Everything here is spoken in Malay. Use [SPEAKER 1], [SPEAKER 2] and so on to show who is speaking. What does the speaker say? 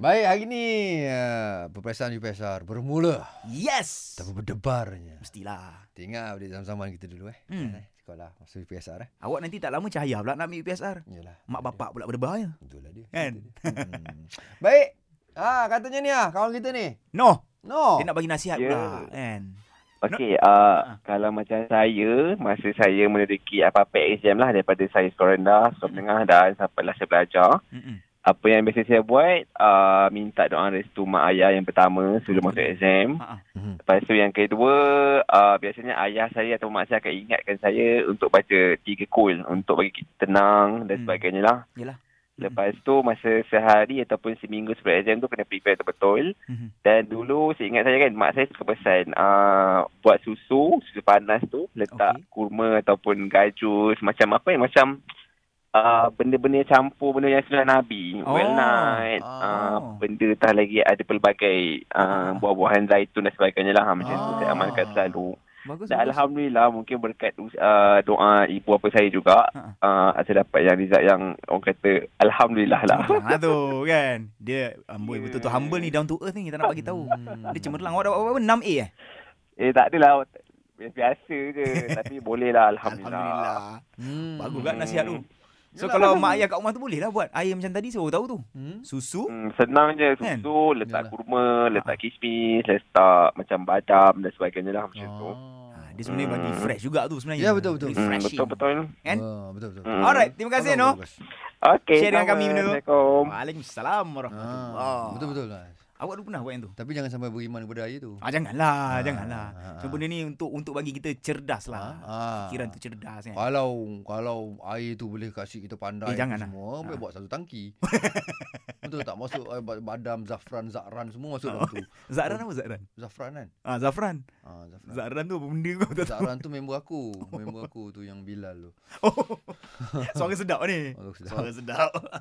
[SPEAKER 1] Baik, hari ni uh, perperiksaan UPSR bermula
[SPEAKER 2] Yes.
[SPEAKER 1] tapi berdebarnya.
[SPEAKER 2] Mestilah.
[SPEAKER 1] Tengah balik zaman-zaman kita dulu eh.
[SPEAKER 2] Hmm.
[SPEAKER 1] Eh, Sekolah masa UPSR eh.
[SPEAKER 2] Awak nanti tak lama cahaya pula nak ambil PSR.
[SPEAKER 1] Yalah.
[SPEAKER 2] Mak bapak pula berdebar ya.
[SPEAKER 1] Itulah dia.
[SPEAKER 2] Kan?
[SPEAKER 1] Itu dia. Hmm. Baik. Ah, katanya ni ah, kawan kita ni.
[SPEAKER 2] No.
[SPEAKER 1] No.
[SPEAKER 2] Dia nak bagi nasihat
[SPEAKER 3] Ya.
[SPEAKER 2] pula kan.
[SPEAKER 3] Okey, uh,
[SPEAKER 2] Ah.
[SPEAKER 3] kalau macam saya, masa saya meneruki apa-apa exam lah daripada saya sekolah rendah, sekolah menengah dan sampailah saya belajar.
[SPEAKER 2] Mm-mm.
[SPEAKER 3] Apa yang biasa saya buat, uh, minta doa restu mak ayah yang pertama sebelum masuk exam.
[SPEAKER 2] Ha ah.
[SPEAKER 1] Hmm.
[SPEAKER 3] Lepas tu yang kedua, uh, biasanya ayah saya atau mak saya akan ingatkan saya untuk baca tiga kul untuk bagi kita tenang
[SPEAKER 2] Hmm.
[SPEAKER 3] dan sebagainya lah.
[SPEAKER 2] Yelah.
[SPEAKER 3] Lepas tu masa sehari ataupun seminggu sebelum exam tu kena prepare betul-betul.
[SPEAKER 2] Mm-mm.
[SPEAKER 3] Dan dulu saya ingat saya kan mak saya suka pesan uh, buat susu, susu panas tu
[SPEAKER 2] Okey.
[SPEAKER 3] letak okay. kurma ataupun gajus macam apa yang macam uh, benda-benda yang campur benda yang sunnah Nabi.
[SPEAKER 2] Oh.
[SPEAKER 3] Oh. Well night.
[SPEAKER 2] Oh.
[SPEAKER 3] Uh, benda tak lagi ada pelbagai
[SPEAKER 2] Ah.
[SPEAKER 3] uh, buah-buahan zaitun dan sebagainya lah. Ha, Macam tu saya
[SPEAKER 2] Ah.
[SPEAKER 3] amalkan selalu.
[SPEAKER 2] Bagus.
[SPEAKER 3] Dan
[SPEAKER 2] bagus.
[SPEAKER 3] Alhamdulillah mungkin berkat uh, doa ibu apa saya juga
[SPEAKER 2] Ha.
[SPEAKER 3] uh, saya dapat yang result yang orang kata Alhamdulillah lah.
[SPEAKER 2] Cemerlang lah tu kan. Dia amboi
[SPEAKER 3] Ya.
[SPEAKER 2] betul-betul humble ni down to earth ni kita nak bagi tahu.
[SPEAKER 1] Hmm.
[SPEAKER 2] Dia cemerlang. Awak dapat apa? 6A eh?
[SPEAKER 3] Eh tak adalah biasa je tapi boleh lah alhamdulillah.
[SPEAKER 1] Hmm.
[SPEAKER 2] Bagus kan? pula nasihat tu. So
[SPEAKER 1] Yelah.
[SPEAKER 2] kalau mak ayah kat rumah tu boleh lah buat. Air macam tadi saya baru tahu tu.
[SPEAKER 1] Hmm.
[SPEAKER 2] Susu.
[SPEAKER 3] Hmm, senang je
[SPEAKER 2] Kan? Ah.
[SPEAKER 3] susu,
[SPEAKER 1] Yalah.
[SPEAKER 3] letak kurma, letak kismis, letak macam badam dan sebagainya lah macam tu.
[SPEAKER 1] Oh.
[SPEAKER 2] Ha, dia sebenarnya bagi
[SPEAKER 3] Hmm.
[SPEAKER 2] fresh juga tu sebenarnya.
[SPEAKER 1] Ya, betul, betul.
[SPEAKER 3] Hmm,
[SPEAKER 2] Refreshing.
[SPEAKER 3] betul betul.
[SPEAKER 2] Kan?
[SPEAKER 1] Oh, betul betul.
[SPEAKER 3] Hmm.
[SPEAKER 2] Alright, terima kasih Noh.
[SPEAKER 1] Bagus, bagus.
[SPEAKER 3] Okey.
[SPEAKER 2] Share dengan
[SPEAKER 3] sama.
[SPEAKER 2] kami, Mino.
[SPEAKER 3] Assalamualaikum.
[SPEAKER 2] Waalaikumsalam warahmatullahi.
[SPEAKER 1] Ah, betul betul lah.
[SPEAKER 2] Awak dulu pernah buat yang tu?
[SPEAKER 1] Tapi jangan sampai beriman kepada ayah tu.
[SPEAKER 2] Ah janganlah,
[SPEAKER 1] Ah,
[SPEAKER 2] janganlah.
[SPEAKER 1] ah,
[SPEAKER 2] Cuma
[SPEAKER 1] ah.
[SPEAKER 2] benda ni untuk untuk bagi kita cerdas lah.
[SPEAKER 1] Ah.
[SPEAKER 2] Fikiran tu cerdas kan.
[SPEAKER 1] Kalau kalau air tu boleh kasih kita pandai
[SPEAKER 2] Eh, jangan lah.
[SPEAKER 1] semua, boleh
[SPEAKER 2] Ah.
[SPEAKER 1] buat satu tangki. Betul tak masuk eh, ba- badam, zafran, zakran semua masuk
[SPEAKER 2] Oh.
[SPEAKER 1] dalam tu.
[SPEAKER 2] Zahran apa Zahran?
[SPEAKER 1] Zafran kan?
[SPEAKER 2] Ah Zafran.
[SPEAKER 1] Ah, zafran.
[SPEAKER 2] Zahran tu apa benda kau tak tahu.
[SPEAKER 1] Zafran tu member aku, member aku tu yang Bilal tu.
[SPEAKER 2] Oh. Suara sedap ni.
[SPEAKER 1] Aku sedap.
[SPEAKER 2] Suara sedap.